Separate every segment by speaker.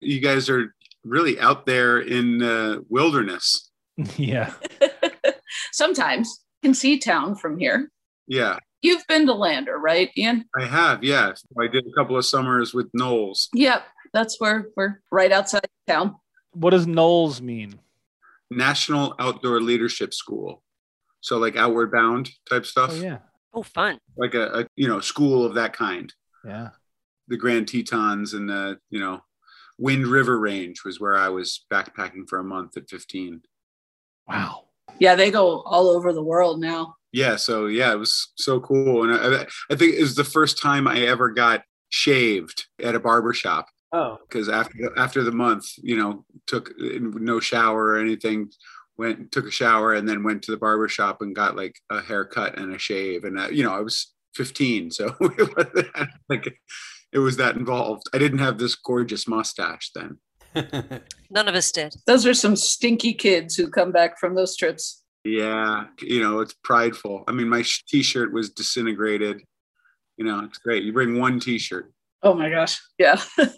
Speaker 1: you guys are really out there in uh, wilderness.
Speaker 2: yeah.
Speaker 3: Sometimes can see town from here.
Speaker 1: Yeah,
Speaker 3: You've been to Lander, right, Ian?
Speaker 1: I have. Yeah, I did a couple of summers with Knowles.
Speaker 3: Yep. That's where we're right outside town.
Speaker 2: What does Knowles mean?
Speaker 1: National Outdoor Leadership School. So like outward bound type stuff,
Speaker 2: Oh yeah.
Speaker 4: Oh, fun.
Speaker 1: like a, a you know school of that kind.
Speaker 2: Yeah.
Speaker 1: The Grand Tetons and the you know Wind River Range was where I was backpacking for a month at 15.
Speaker 2: Wow.
Speaker 3: Yeah, they go all over the world now.
Speaker 1: Yeah, so yeah, it was so cool, and I, I- I think it was the first time I ever got shaved at a barber shop
Speaker 5: Oh,
Speaker 1: because after after the month, you know, took no shower or anything, went took a shower and then went to the barber shop and got like a haircut and a shave, and uh, you know, I was 15, so it wasn't like it was that involved. I didn't have this gorgeous mustache then.
Speaker 4: None of us did.
Speaker 3: Those are some stinky kids who come back from those trips.
Speaker 1: Yeah, you know, it's prideful. I mean, my sh- t-shirt was disintegrated. You know, it's great. You bring one t-shirt.
Speaker 3: Oh my gosh. Yeah.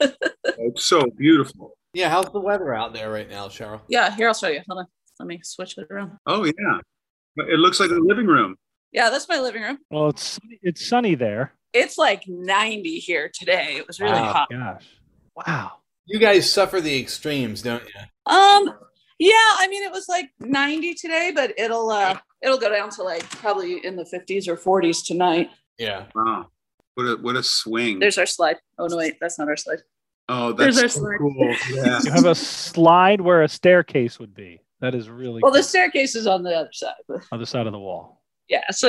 Speaker 1: It's so beautiful.
Speaker 5: yeah. How's the weather out there right now, Cheryl?
Speaker 3: yeah, here I'll show you. Hold on. Let me switch it around.
Speaker 1: Oh yeah, But it looks like a living room.
Speaker 3: Yeah, that's my living room.
Speaker 2: Well, it's it's sunny there. Oh,
Speaker 3: It's like 90 here today. It was really
Speaker 5: Wow.
Speaker 3: hot.
Speaker 2: Gosh. Wow.
Speaker 5: You guys suffer the extremes, don't you?
Speaker 3: Um yeah, I mean it was like 90 today, but it'll uh it'll go down to like probably in the 50s or 40s tonight.
Speaker 5: Yeah.
Speaker 1: Wow, what a what a swing.
Speaker 3: There's our slide. Oh no, wait, that's not our slide.
Speaker 1: oh,
Speaker 3: there's
Speaker 1: that's so
Speaker 3: our slide.
Speaker 1: cool. Yeah.
Speaker 2: You have a slide where a staircase would be. That is really
Speaker 3: Well, the
Speaker 2: cool.
Speaker 3: staircase is on the other side. but-
Speaker 2: other side of the wall.
Speaker 3: Yeah, so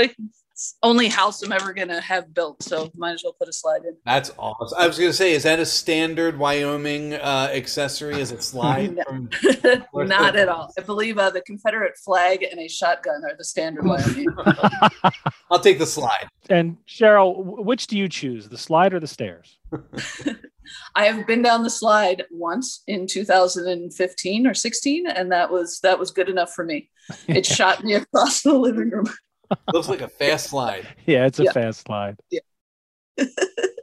Speaker 3: it's only house I'm ever gonna have built, so might as well put a slide in.
Speaker 5: That's awesome. I was gonna say, is that a standard Wyoming uh, accessory? Is it slide?
Speaker 3: No.
Speaker 5: from-
Speaker 3: Not at all. I believe uh, the Confederate flag and a shotgun are the standard Wyoming.
Speaker 5: I'll take the slide.
Speaker 2: And Cheryl, wh- which do you choose, the slide or the stairs?
Speaker 3: I have been down the slide once in 2015 or 16, and that was that was good enough for me. It shot me across the living room.
Speaker 5: Looks like a fast slide.
Speaker 2: Yeah, it's a
Speaker 3: Yeah.
Speaker 2: fast slide.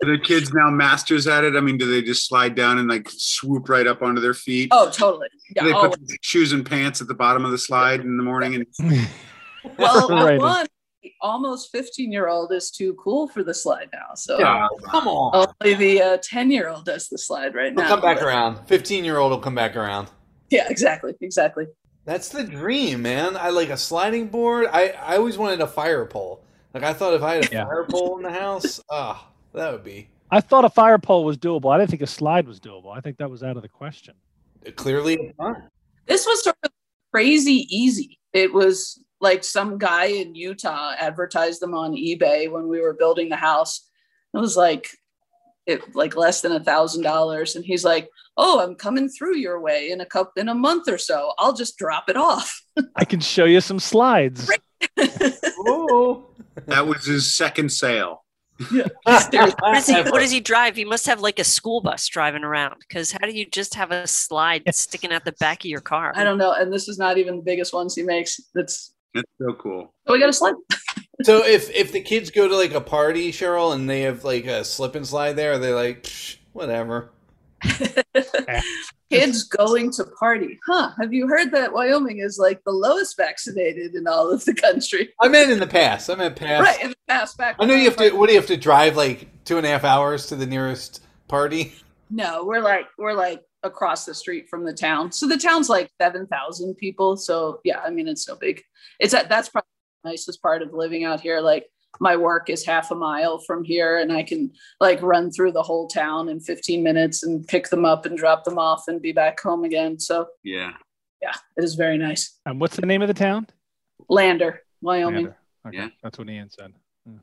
Speaker 1: Are the kids now masters at it? I mean, do they just slide down and like swoop right up onto their feet?
Speaker 3: Oh, totally.
Speaker 1: Do
Speaker 3: Yeah.
Speaker 1: they
Speaker 3: Oh,
Speaker 1: put shoes and pants at the bottom of the slide in the morning and
Speaker 3: oh, well,
Speaker 2: Right.
Speaker 3: one almost 15 year old is too cool for the slide now. So
Speaker 5: Yeah, come on.
Speaker 3: only the 10 year old does the slide right
Speaker 5: We'll
Speaker 3: now.
Speaker 5: come back
Speaker 3: but-
Speaker 5: around. Fifteen year old will come back around.
Speaker 3: Yeah, exactly, exactly.
Speaker 5: That's the dream, man. I like a sliding board. I, I always wanted a fire pole. Like I thought if I had a
Speaker 2: Yeah.
Speaker 5: fire pole in the house, ah, that would be
Speaker 2: I thought a fire pole was doable. I didn't think a slide was doable. I think that was out of the question.
Speaker 5: clearly fun.
Speaker 3: This was sort of crazy easy. It was like some guy in Utah advertised them on eBay when we were building the house. It was like it like less than a thousand dollars. And he's like, Oh, I'm coming through your way in a cup in a month or so. I'll just drop it off.
Speaker 2: I can show you some slides.
Speaker 5: Ooh.
Speaker 1: that was his second sale.
Speaker 4: What does, he,
Speaker 5: Ever.
Speaker 4: what does he drive? He must have like a school bus driving around. Because how do you just have a slide sticking out the back of your car?
Speaker 3: I don't know. And this is not even the biggest ones he makes. That's
Speaker 1: That's so cool.
Speaker 3: oh, we got a slide.
Speaker 5: so if if the kids go to like a party, Cheryl, and they have like a slip and slide there, are they like "Psh, whatever?
Speaker 3: Kids going to party. Huh. Have you heard that Wyoming is like the lowest vaccinated in all of the country?
Speaker 5: I meant in the past. I meant past.
Speaker 3: Right. In the past back.
Speaker 5: I know you have to. What do you have to drive like two and a half hours to the nearest party?
Speaker 3: No, we're like we're like across the street from the town. So the town's like seven thousand people. So yeah, I mean it's no big. It's that that's probably the nicest part of living out here. Like my work is half a mile from here, and I can like run through the whole town in fifteen minutes and pick them up and drop them off and be back home again. So
Speaker 1: Yeah.
Speaker 3: yeah, it is very nice.
Speaker 2: And what's the name of the town?
Speaker 3: Lander, Wyoming.
Speaker 2: Lander. Okay,
Speaker 1: Yeah.
Speaker 2: that's what Ian said.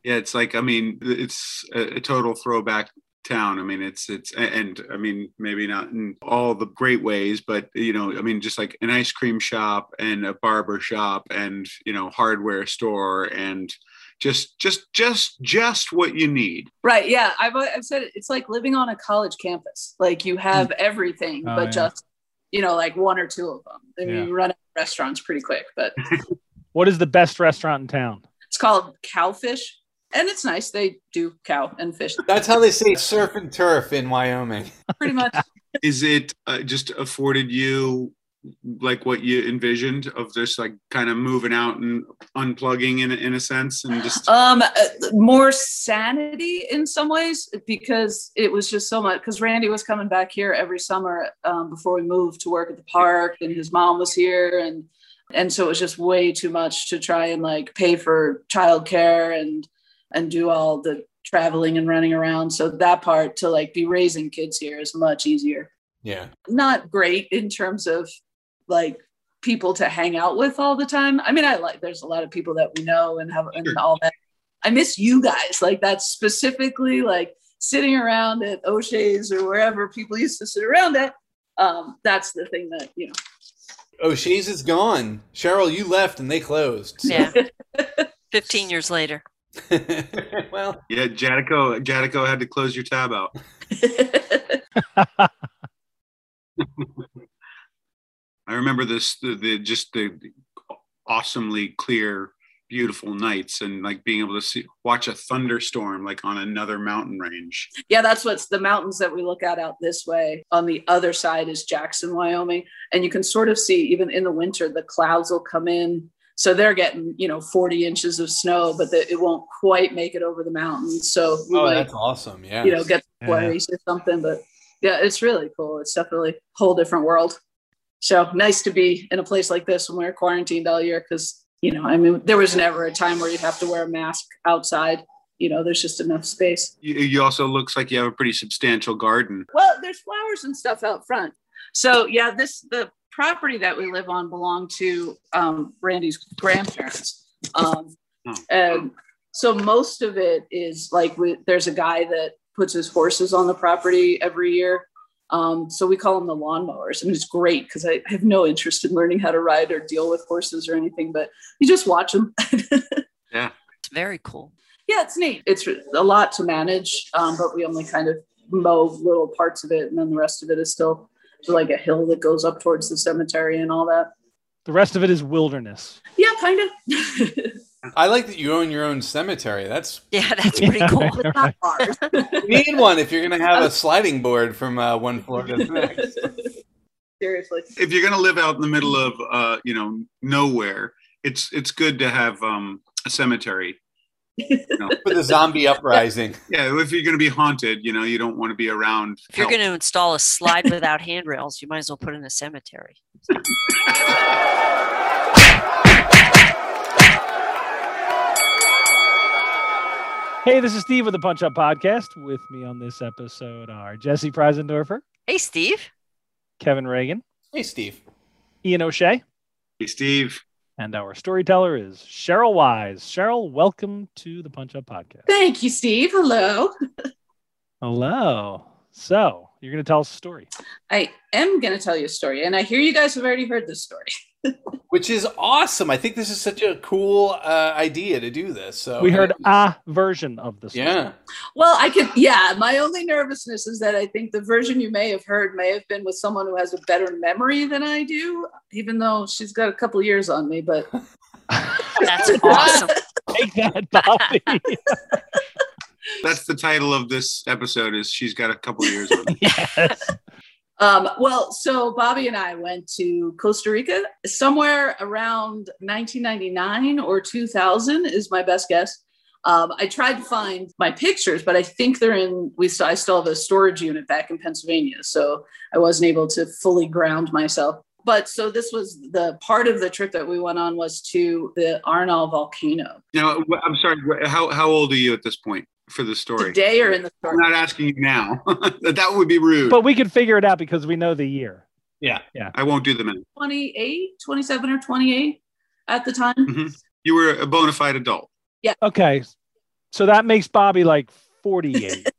Speaker 1: Yeah, it's like I mean, it's a, a total throwback town. I mean, it's it's and I mean, maybe not in all the great ways, but you know, I mean, just like an ice cream shop and a barber shop and you know, hardware store and just just just just what you need.
Speaker 3: Right. Yeah. I've, I've said it, it's like living on a college campus. Like you have everything,
Speaker 2: Oh,
Speaker 3: but
Speaker 2: yeah.
Speaker 3: just, you know, like one or two of them. I mean,
Speaker 2: Yeah.
Speaker 3: you run out of restaurants pretty quick, but
Speaker 2: What is the best restaurant in town?
Speaker 3: it's called cowfish. And it's nice. They do cow and fish
Speaker 5: That's how they say surf and turf in Wyoming.
Speaker 3: pretty much.
Speaker 1: is it uh, just afforded you like what you envisioned of just like kind of moving out and unplugging in in a sense and just
Speaker 3: um uh, more sanity in some ways because it was just so much because randy was coming back here every summer um, before we moved to work at the park and his mom was here and and so it was just way too much to try and like pay for childcare and and do all the traveling and running around so that part to like be raising kids here is much easier
Speaker 5: Yeah.
Speaker 3: not great in terms of like people to hang out with all the time. I mean, I like there's a lot of people that we know and have and
Speaker 1: Sure.
Speaker 3: all that. I miss you guys. Like that's specifically like sitting around at O'Shea's or wherever people used to sit around at. Um, that's the thing that you know.
Speaker 5: O'Shea's Oh, is gone. Cheryl, you left and they closed. so-
Speaker 4: Yeah. 15 years later.
Speaker 5: well,
Speaker 1: yeah jadico jadico had to close your tab out i remember this the, the just the awesomely clear beautiful nights and like being able to see watch a thunderstorm like on another mountain range
Speaker 3: yeah, that's what's the mountains that we look at out this way. On the other side is Jackson, Wyoming. And you can sort of see, even in the winter, the clouds will come in. So they're getting, you know, 40 inches of snow, but the, it won't quite make it over the mountains. So we
Speaker 5: oh,
Speaker 3: might,
Speaker 5: that's awesome. Yeah.
Speaker 3: you know, get
Speaker 2: Yeah.
Speaker 3: flurries or something. But yeah, it's really cool. It's definitely a whole different world. So nice to be in a place like this when we were quarantined all year because, you know, I mean, there was never a time where you'd have to wear a mask outside. You know, there's just enough space.
Speaker 1: you, you also looks like you have a pretty substantial garden
Speaker 3: Well, there's flowers and stuff out front. So yeah, this the property that we live on belonged to um, Randy's grandparents, um,
Speaker 1: Oh.
Speaker 3: and so most of it is like we, there's a guy that puts his horses on the property every year. Um, so we call them the lawnmowers, and it's great because I have no interest in learning how to ride or deal with horses or anything, but you just watch them.
Speaker 4: It's very cool.
Speaker 3: yeah, it's neat. It's a lot to manage, um, but we only kind of mow little parts of it, and then the rest of it is still like a hill that goes up towards the cemetery and all that.
Speaker 2: The rest of it is wilderness.
Speaker 3: Yeah, kind of.
Speaker 5: I like that you own your own cemetery. That's
Speaker 4: Yeah, that's pretty cool.
Speaker 3: But not ours.
Speaker 5: you need one if you're going to have a sliding board from uh, one floor to the next.
Speaker 3: Seriously.
Speaker 1: if you're going to live out in the middle of uh, you know nowhere, it's it's good to have um, a cemetery.
Speaker 5: For the zombie uprising.
Speaker 1: Yeah, if you're going to be haunted, you know you don't want to be around.
Speaker 4: If you're
Speaker 1: hell.
Speaker 4: going to install a slide without handrails, you might as well put in a cemetery.
Speaker 2: Hey, this is Steve with the Punch Up Podcast. With me on this episode are Jesse Preisendorfer,
Speaker 4: Hey, Steve.
Speaker 2: Kevin Reagan,
Speaker 5: Hey, Steve.
Speaker 2: Ian O'Shea,
Speaker 1: hey, Steve,
Speaker 2: and our storyteller is Cheryl Wise. Cheryl, welcome to the Punch Up Podcast.
Speaker 3: Thank you, Steve. Hello.
Speaker 2: Hello. So you're going to tell us a story.
Speaker 3: I am going to tell you a story, and I hear you guys have already heard this story.
Speaker 5: Which is awesome. I think this is such a cool uh, idea to do this. So
Speaker 2: We heard a version of the story.
Speaker 5: Oh, Yeah.
Speaker 3: Well, I could, yeah. My only nervousness is that I think the version you may have heard may have been with someone who has a better memory than I do, even though she's got a couple years on me. But
Speaker 4: That's awesome.
Speaker 2: Take that, Bobby.
Speaker 1: that's the title of this episode. Is she's got a couple years on. it.
Speaker 2: yes.
Speaker 3: Um, well, so Bobby and I went to Costa Rica somewhere around 1999 or 2000 is my best guess. Um, I tried to find my pictures, but I think they're in. We still, I still have a storage unit back in Pennsylvania, so I wasn't able to fully ground myself. But so this was the part of the trip that we went on was to the Arnal volcano.
Speaker 1: Now, wh- I'm sorry. wh- How how old are you at this point for the story?
Speaker 3: Today or in the
Speaker 1: I'm
Speaker 3: story?
Speaker 1: not asking you now. that would be rude.
Speaker 2: But we could figure it out because we know the year.
Speaker 1: I won't do the math.
Speaker 3: 28, 27 or 28 at the time.
Speaker 1: You were a bona fide adult.
Speaker 2: Okay. So that makes Bobby like 48.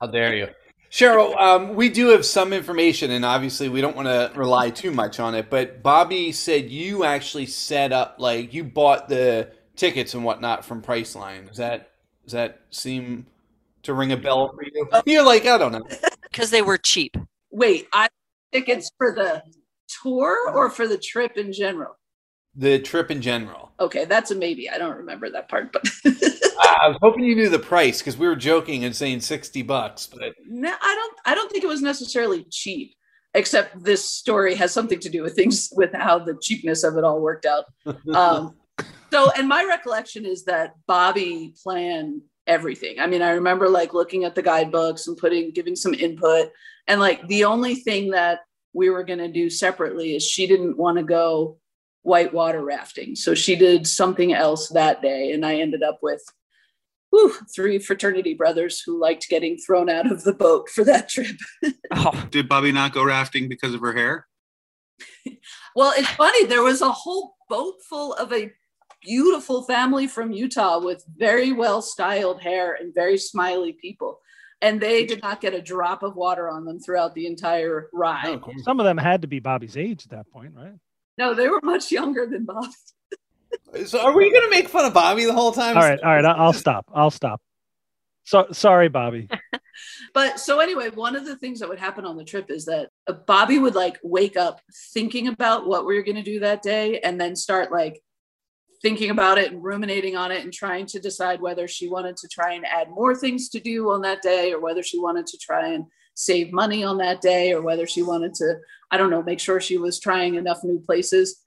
Speaker 5: How dare you? Cheryl, um, we do have some information, and obviously we don't want to rely too much on it. But Bobby said you actually set up, like you bought the tickets and whatnot from Priceline. Does that does that seem to ring a bell for you? You're like, I don't know.
Speaker 4: Because they were cheap.
Speaker 3: Wait, I tickets for the tour or for the trip in general?
Speaker 5: The trip in general.
Speaker 3: Okay, that's a maybe. I don't remember that part, but
Speaker 5: I was hoping you knew the price because we were joking and saying sixty bucks, but
Speaker 3: no, I don't. I don't think it was necessarily cheap. Except this story has something to do with things with how the cheapness of it all worked out.
Speaker 2: Uh,
Speaker 3: Um, so, and my recollection is that Bobby planned everything. I mean, I remember like looking at the guidebooks and putting giving some input. And like the only thing that we were going to do separately is she didn't want to go whitewater rafting. So she did something else that day. And I ended up with whew, three fraternity brothers who liked getting thrown out of the boat for that trip.
Speaker 4: Oh,
Speaker 1: Did Bobby not go rafting because of her hair?
Speaker 3: well, it's funny. There was a whole boat full of a beautiful family from Utah with very well styled hair and very smiley people. And they did not get a drop of water on them throughout the entire
Speaker 5: Oh.
Speaker 3: ride.
Speaker 2: Some of them had to be Bobby's age at that point, right?
Speaker 3: No, they were much younger than Bob.
Speaker 5: So are we gonna make fun of Bobby the whole time?
Speaker 2: All right, all right. I- I'll stop. I'll stop. So sorry, Bobby.
Speaker 3: But so anyway, one of the things that would happen on the trip is that uh, Bobby would like wake up thinking about what we were going to do that day and then start like thinking about it and ruminating on it and trying to decide whether she wanted to try and add more things to do on that day or whether she wanted to try and save money on that day or whether she wanted to I don't know, make sure she was trying enough new places.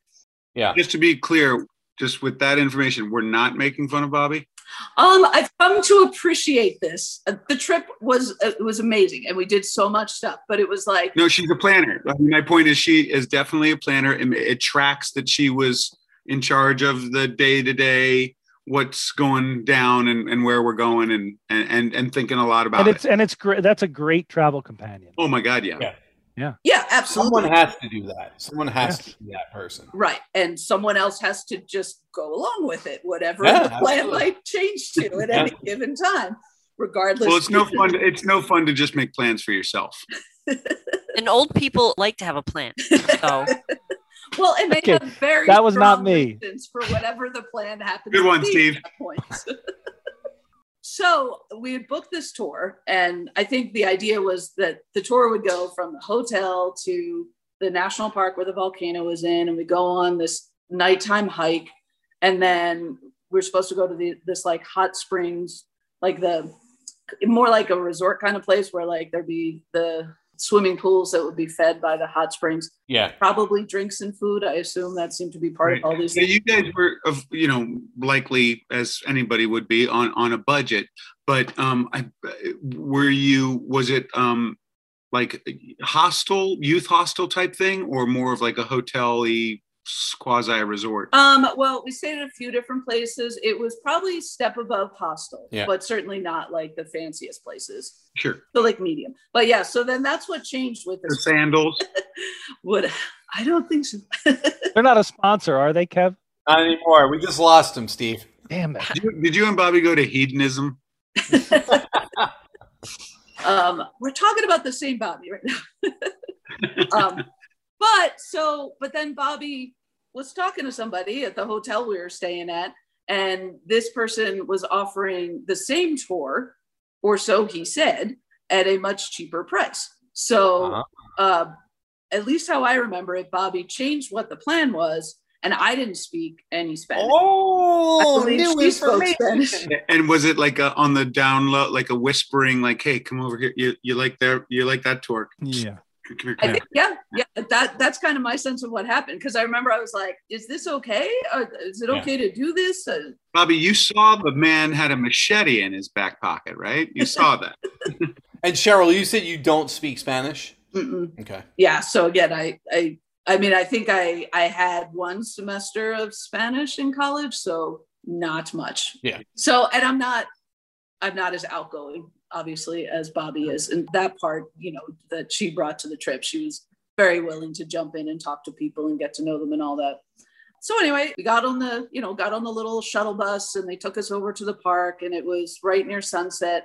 Speaker 5: Yeah.
Speaker 1: Just to be clear, just with that information, we're not making fun of Bobby.
Speaker 3: Um, I've come to appreciate this. Uh, The trip was uh, was amazing, and we did so much stuff. But it was like
Speaker 1: No, she's a planner. I mean, my point is, she is definitely a planner, and it tracks that she was in charge of the day to day, what's going down, and, and where we're going, and and and, and thinking a lot about
Speaker 2: and it's
Speaker 1: it.
Speaker 2: and it's great. That's a great travel companion.
Speaker 1: Oh my God, yeah.
Speaker 5: Yeah.
Speaker 3: yeah, absolutely.
Speaker 5: Someone has to do that. Someone has to be that person.
Speaker 3: Right. And someone else has to just go along with it, whatever
Speaker 5: Yeah,
Speaker 3: the plan
Speaker 5: absolutely.
Speaker 3: might change to at any given time, regardless.
Speaker 1: Well, it's no fun. It's no fun to just make plans for yourself.
Speaker 4: and old people like to have a plan. So
Speaker 3: Well, and they
Speaker 2: Okay,
Speaker 3: have very
Speaker 2: that was not
Speaker 3: strong
Speaker 2: me.
Speaker 3: reasons for whatever the plan happens.
Speaker 1: Good
Speaker 3: to
Speaker 1: one,
Speaker 3: be
Speaker 1: Steve.
Speaker 3: At that point. so we had booked this tour, and I think the idea was that the tour would go from the hotel to the national park where the volcano was in, and we go on this nighttime hike, and then we're supposed to go to the, this like hot springs, like the more like a resort kind of place where like there'd be the swimming pools that would be fed by the hot springs
Speaker 5: Yeah.
Speaker 3: probably drinks and food. I assume that seemed to be part of all these
Speaker 1: So
Speaker 3: things.
Speaker 1: you guys were, of you know, likely as anybody would be on on a budget, but um, I, were you? Was it um, like hostel, youth hostel type thing, or more of like a hotel-y quasi resort?
Speaker 3: Um, well, we stayed at a few different places. It was probably a step above hostel,
Speaker 5: Yeah.
Speaker 3: but certainly not like the fanciest places.
Speaker 1: Sure,
Speaker 3: So like medium. But yeah, so then that's what changed with
Speaker 1: the
Speaker 3: this.
Speaker 1: sandals.
Speaker 3: Would I don't think so.
Speaker 2: They're not a sponsor, are they, Kev?
Speaker 5: Not anymore. We just lost him, Steve.
Speaker 2: Damn it.
Speaker 1: Did you, did you and Bobby go to hedonism?
Speaker 3: um, we're talking about the same Bobby right now. um, but so, but then Bobby was talking to somebody at the hotel we were staying at, and this person was offering the same tour, or so he said, at a much cheaper price. So,
Speaker 5: Uh-huh.
Speaker 3: uh, at least how I remember it, Bobby changed what the plan was, and I didn't speak any Spanish.
Speaker 5: Oh,
Speaker 3: I believe
Speaker 5: new
Speaker 3: she spoke
Speaker 5: information.
Speaker 3: Spanish.
Speaker 1: And was it like a, on the down low, like a whispering, like, "Hey, come over here. You, you like that? You like that torque?
Speaker 2: Yeah.
Speaker 1: Come here,
Speaker 3: I
Speaker 1: come here."
Speaker 3: think, yeah, yeah, that that's kind of my sense of what happened because I remember I was like, "Is this okay? Uh, Is it
Speaker 5: Yeah.
Speaker 3: okay to do this?" Uh,
Speaker 1: Bobby, you saw the man had a machete in his back pocket, right? You saw that.
Speaker 5: And Cheryl, you said you don't speak Spanish.
Speaker 3: mm-mm.
Speaker 5: Okay.
Speaker 3: yeah. So again, I, I, I mean, I think I, I had one semester of Spanish in college, so not much.
Speaker 5: Yeah.
Speaker 3: So, and I'm not, I'm not as outgoing, obviously, as Bobby is, and that part, you know, that she brought to the trip, she was very willing to jump in and talk to people and get to know them and all that. So anyway, we got on the, you know, got on the little shuttle bus and they took us over to the park and it was right near sunset.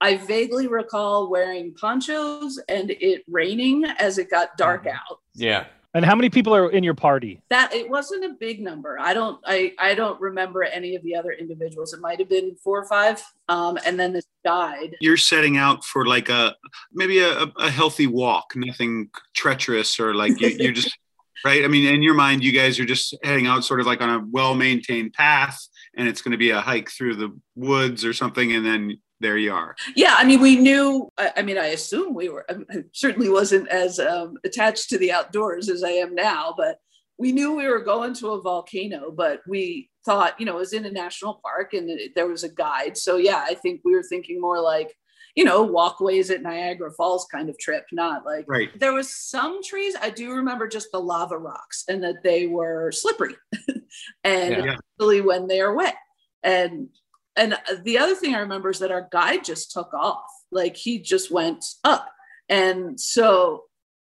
Speaker 3: I vaguely recall wearing ponchos and it raining as it got dark out.
Speaker 5: Yeah.
Speaker 2: And how many people are in your party?
Speaker 3: That it wasn't a big number. I don't I I don't remember any of the other individuals. It might have been four or five. Um, and then this died.
Speaker 1: You're setting out for like a maybe a, a healthy walk, nothing treacherous or like you, you're just right? I mean, in your mind, you guys are just heading out sort of like on a well maintained path, and it's going to be a hike through the woods or something, and then there you are.
Speaker 3: Yeah, I mean, we knew. I, I mean, I assume we were. I certainly wasn't as um, attached to the outdoors as I am now, but we knew we were going to a volcano. But we thought, you know, it was in a national park, and it, there was a guide. So yeah, I think we were thinking more like you know, walkways at Niagara Falls kind of trip, not like
Speaker 1: Right.
Speaker 3: there was some trees. I do remember just the lava rocks and that they were slippery and
Speaker 5: Yeah.
Speaker 1: Yeah.
Speaker 3: especially when they are wet. And and the other thing I remember is that our guide just took off. Like he just went up. And so,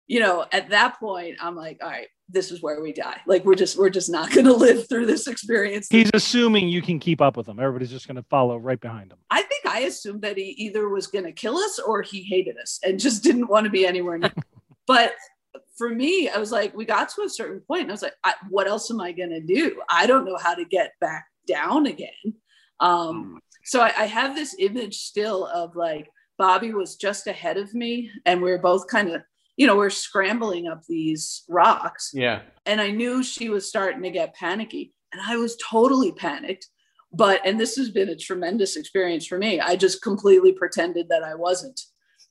Speaker 3: you know, at that point, I'm like, all right, this is where we die. Like we're just we're just not gonna live through this experience.
Speaker 2: He's assuming you can keep up with him. Everybody's just going to follow right behind him.
Speaker 3: I think I assumed that he either was going to kill us or he hated us and just didn't want to be anywhere near. but for me, I was like, we got to a certain point, and I was like, I, what else am I going to do? I don't know how to get back down again. Um, so I, I have this image still of like Bobby was just ahead of me, and we were both kind of, you know, we're scrambling up these rocks
Speaker 5: Yeah.
Speaker 3: and I knew she was starting to get panicky. And I was totally panicked. But, and this has been a tremendous experience for me, I just completely pretended that I wasn't.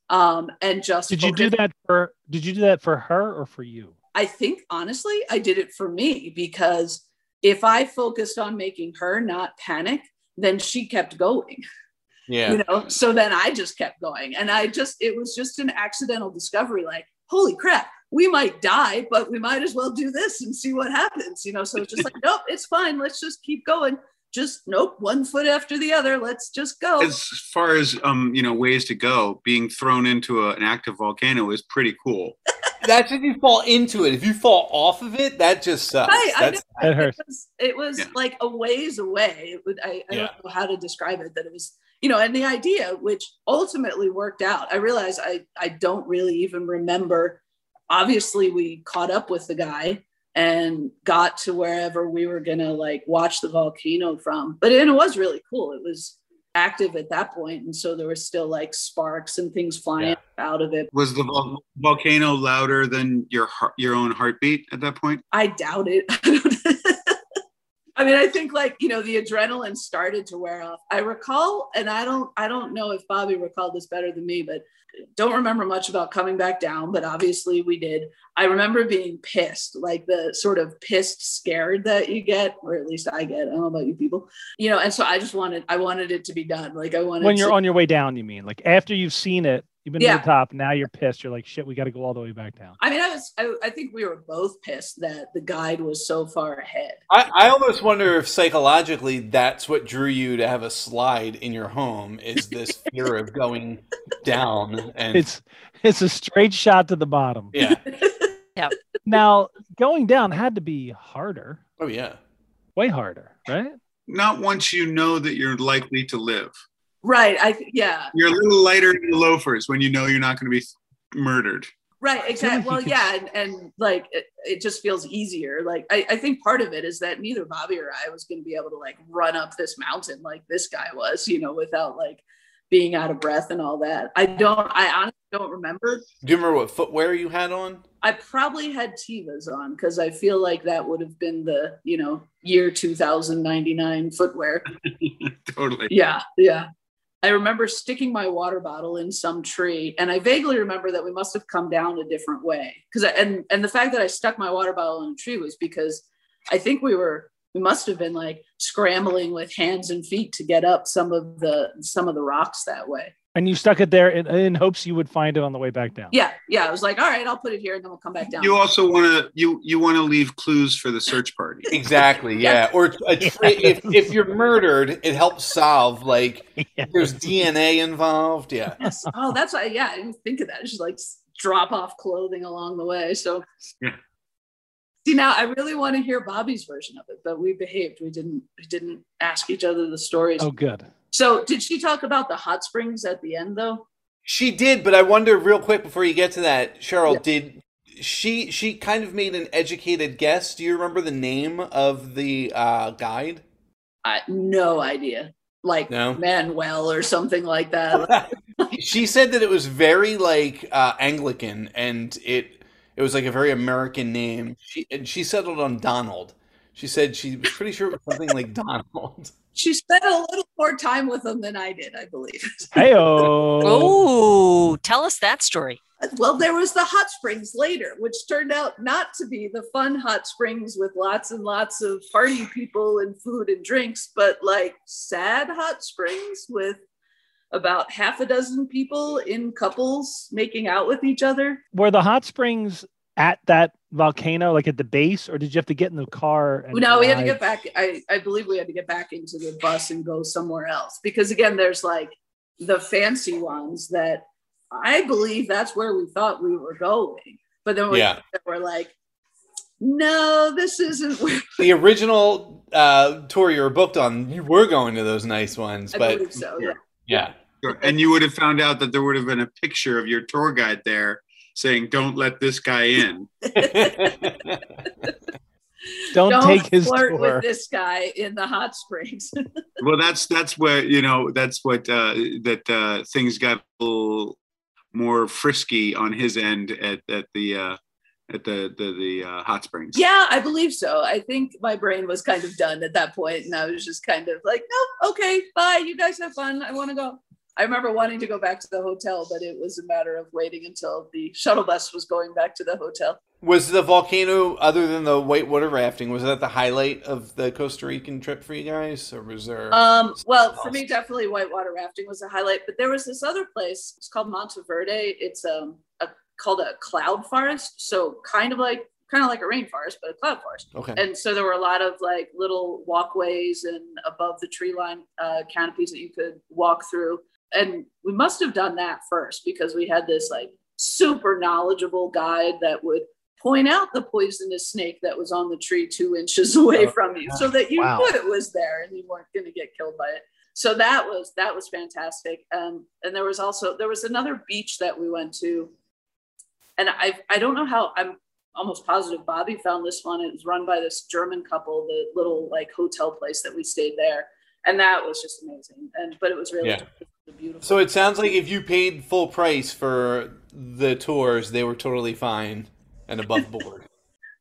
Speaker 3: Um, and just
Speaker 2: Did you do
Speaker 3: focused-
Speaker 2: that for? Did you do that for her or for you?
Speaker 3: I think honestly, I did it for me because if I focused on making her not panic, then she kept going.
Speaker 5: Yeah.
Speaker 3: you know so then i just kept going and i just it was just an accidental discovery like holy crap we might die but we might as well do this and see what happens you know so it's just like nope it's fine let's just keep going just nope one foot after the other let's just go
Speaker 1: as far as um, you know, ways to go, being thrown into a, an active volcano is pretty cool.
Speaker 5: That's if you fall into it. If you fall off of it, that just sucks.
Speaker 3: Right, I
Speaker 5: That's,
Speaker 2: That hurts.
Speaker 3: it was, it was
Speaker 1: Yeah.
Speaker 3: like a ways away. It would, I, I
Speaker 5: Yeah.
Speaker 3: don't know how to describe it, that it was, you know, and the idea, which ultimately worked out, I realized I, I don't really even remember. Obviously, we caught up with the guy and got to wherever we were going to like watch the volcano from. But and it was really cool. It was active at that point, And so there was still like sparks and things flying
Speaker 5: Yeah.
Speaker 3: out of it.
Speaker 1: Was the vol- volcano louder than your heart, your own heartbeat at that point?
Speaker 3: I doubt it. I mean, I think like you know the adrenaline started to wear off. I recall, and I don't, I don't know if Bobby recalled this better than me, but don't remember much about coming back down. But obviously, we did. I remember being pissed, like the sort of pissed, scared that you get, or at least I get. I don't know about you people, you know. And so I just wanted, I wanted it to be done. Like I wanted
Speaker 2: When you're
Speaker 3: to,
Speaker 2: on your way down, you mean? Like after you've seen it, you've been
Speaker 3: Yeah.
Speaker 2: to the top. Now you're pissed. You're like, shit, we got to go all the way back down.
Speaker 3: I mean, I was, I, I think we were both pissed that the guide was so far ahead.
Speaker 5: I, I almost wonder if psychologically that's what drew you to have a slide in your home is this fear of going down and
Speaker 2: It's it's a straight shot to the bottom.
Speaker 5: yeah.
Speaker 2: Now going down had to be harder,
Speaker 5: Oh yeah.
Speaker 2: way harder, right?
Speaker 1: Not once you know that you're likely to live.
Speaker 3: Right. I th- yeah.
Speaker 1: You're a little lighter in the loafers when you know you're not going to be murdered.
Speaker 3: Right,
Speaker 2: like
Speaker 3: exactly.
Speaker 2: you
Speaker 3: Well,
Speaker 2: could-
Speaker 3: yeah, and, and like it, it just feels easier. Like I, I think part of it is that neither Bobby or I was going to be able to like run up this mountain like this guy was, you know, without like being out of breath and all that. I don't. I honestly don't remember.
Speaker 5: Do you remember what footwear you had on?
Speaker 3: I probably had Tivas on because I feel like that would have been the you know year two thousand ninety nine footwear.
Speaker 1: Totally.
Speaker 3: Yeah, yeah. I remember sticking my water bottle in some tree, and I vaguely remember that we must have come down a different way. Because and and the fact that I stuck my water bottle in a tree was because I think we were we must have been like scrambling with hands and feet to get up some of the some of the rocks that way.
Speaker 2: And you stuck it there in, in hopes you would find it on the way back down.
Speaker 3: Yeah, yeah. I was like, all right, I'll put it here, and then we'll come back down.
Speaker 1: You also want to you you want to leave clues for the search party.
Speaker 5: Exactly. Yeah. Or a tra-
Speaker 2: Yeah.
Speaker 5: if if you're murdered, it helps solve like
Speaker 2: Yeah.
Speaker 5: there's DNA involved. Yeah.
Speaker 3: Yes. Oh, that's why. Yeah, I didn't think of that. Just like s- drop off clothing along the way. So,
Speaker 1: Yeah.
Speaker 3: See, now I really want to hear Bobby's version of it, but we behaved. We didn't. We didn't ask each other the stories.
Speaker 2: Oh, good.
Speaker 3: So, did she talk about the hot springs at the end, though?
Speaker 5: She did, but I wonder real quick before you get to that, Cheryl,
Speaker 3: Yeah.
Speaker 5: did she she kind of made an educated guess. Do you remember the name of the uh guide?
Speaker 3: I no idea. Like
Speaker 5: No.
Speaker 3: Manuel or something like that.
Speaker 5: uh, It was like a very American name. She and she settled on Donald. She said she was pretty sure it was something like Donald.
Speaker 3: She spent a little more time with him than I did, I believe.
Speaker 2: Hey, oh.
Speaker 4: Oh, tell us that story.
Speaker 3: well, there was the hot springs later, which turned out not to be the fun hot springs with lots and lots of party people and food and drinks, but like sad hot springs with about half a dozen people in couples making out with each other.
Speaker 2: Were the hot springs at that volcano, like at the base, or did you have to get in the car? And
Speaker 3: no, we had to
Speaker 2: drive?
Speaker 3: get back. I, I believe we had to get back into the bus and go somewhere else because, again, there's like the fancy ones that I believe that's where we thought we were going. But then we
Speaker 5: Yeah.
Speaker 3: were like, no, this isn't where
Speaker 5: The original uh, tour you were booked on, you were going to those nice ones,
Speaker 3: I
Speaker 5: but
Speaker 3: believe so. Yeah.
Speaker 5: yeah,
Speaker 1: Sure. And you would have found out that there would have been a picture of your tour guide there saying, "Don't let this guy in."
Speaker 2: Don't, take his
Speaker 3: flirt
Speaker 2: tour.
Speaker 3: with this guy in the hot springs.
Speaker 1: well, that's that's where you know that's what uh, that uh, things got a little more frisky on his end at at the uh, at the the, the uh, hot springs.
Speaker 3: yeah, I believe so. I think my brain was kind of done at that point, and I was just kind of like, nope, okay, bye. You guys have fun. I want to go. I remember wanting to go back to the hotel, but it was a matter of waiting until the shuttle bus was going back to the hotel.
Speaker 5: was the volcano other than the whitewater rafting? Was that the highlight of the Costa Rican trip for you guys, or was there?
Speaker 3: Um, well, for me, definitely whitewater rafting was a highlight. But there was this other place. It's called Monteverde. It's um a, called a cloud forest. So kind of like kind of like a rainforest, but a cloud forest.
Speaker 5: okay,
Speaker 3: And so there were a lot of like little walkways and above the tree line uh, canopies that you could walk through. And we must have done that first because we had this like super knowledgeable guide that would point out the poisonous snake that was on the tree two inches away
Speaker 2: Oh,
Speaker 3: from you so that you
Speaker 2: Wow.
Speaker 3: knew it was there and you weren't going to get killed by it. So that was that was fantastic. Um, and there was also there was another beach that we went to, and I I don't know how I'm almost positive Bobby found this one. It was run by this German couple, the little like hotel place that we stayed there, and that was just amazing. And but it was really
Speaker 5: Yeah.
Speaker 3: beautiful.
Speaker 5: so it sounds like if you paid full price for the tours, they were totally fine and above board.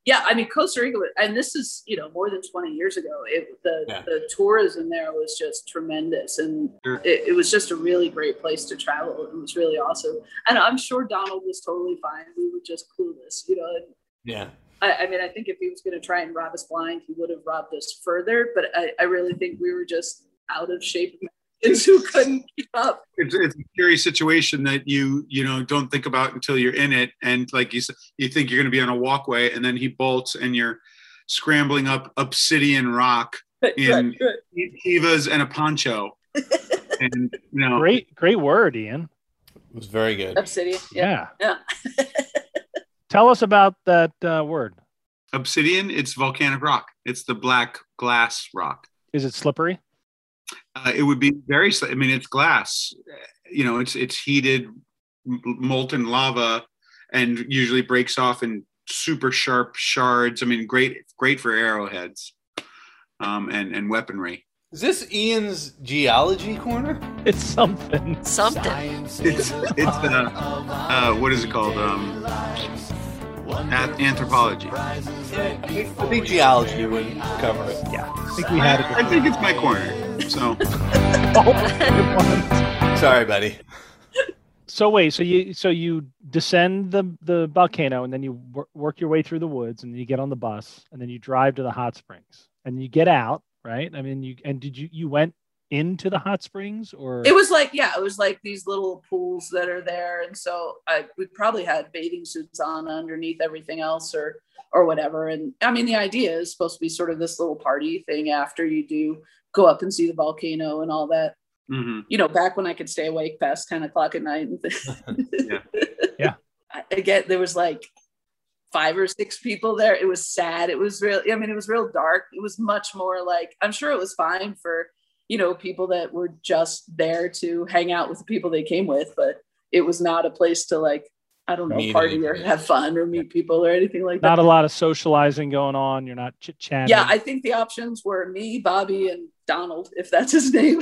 Speaker 3: yeah, I mean Costa Rica, was- and this is you know more than twenty years ago. It the
Speaker 5: Yeah.
Speaker 3: the tourism there was just tremendous, and
Speaker 1: Sure.
Speaker 3: it, it was just a really great place to travel. It was really awesome, and I'm sure Donald was totally fine. We were just clueless, you know. And
Speaker 5: yeah.
Speaker 3: I, I mean, I think if he was going to try and rob us blind, he would have robbed us further. But I, I really think we were just out of shape Americans who couldn't keep up.
Speaker 1: It's, it's a curious situation that you you know don't think about until you're in it, and like you said, you think you're going to be on a walkway, and then he bolts, and you're scrambling up obsidian rock, In- kivas, and a poncho, and you know.
Speaker 2: Great, great word, Ian.
Speaker 5: It was very good.
Speaker 3: Obsidian. Yeah.
Speaker 2: Yeah. Tell us about that uh, word.
Speaker 1: Obsidian, it's volcanic rock. It's the black glass rock.
Speaker 2: Is it slippery?
Speaker 1: Uh, it would be very. sli- I mean, it's glass. You know, it's it's heated m- molten lava, and usually breaks off in super sharp shards. I mean, great great for arrowheads, um, and and weaponry.
Speaker 5: Is this Ian's geology corner?
Speaker 2: It's something.
Speaker 4: Something.
Speaker 1: It's it's uh, uh, what is it called? Um, a- anthropology.
Speaker 5: I think, I think geology would cover it.
Speaker 2: Yeah. I think we had
Speaker 1: I think it's my corner. So
Speaker 2: it.
Speaker 5: Sorry, buddy.
Speaker 2: so wait, so you so you descend the the volcano and then you wor- work your way through the woods and you get on the bus and then you drive to the hot springs and you get out, right? I mean, you and did you you went into the hot springs or
Speaker 3: It was like, yeah, it was like these little pools that are there. And so I, we probably had bathing suits on underneath everything else or, or whatever. And I mean, the idea is supposed to be sort of this little party thing after you do go up and see the volcano and all that.
Speaker 1: mhm.
Speaker 3: you know, back when I could stay awake past 10 o'clock at night. And
Speaker 1: Yeah.
Speaker 2: Yeah.
Speaker 3: I- Again, there was like five or six people there. It was sad. It was real. I mean, it was real dark. It was much more like, I'm sure it was fine for, you know, people that were just there to hang out with the people they came with, but it was not a place to like, I don't know,
Speaker 5: Meet
Speaker 3: party or
Speaker 5: anybody.
Speaker 3: have fun or meet people or anything like that.
Speaker 2: not a lot of socializing going on? You're not chit chatting.
Speaker 3: yeah, I think the options were me, Bobby, and Donald, if that's his name.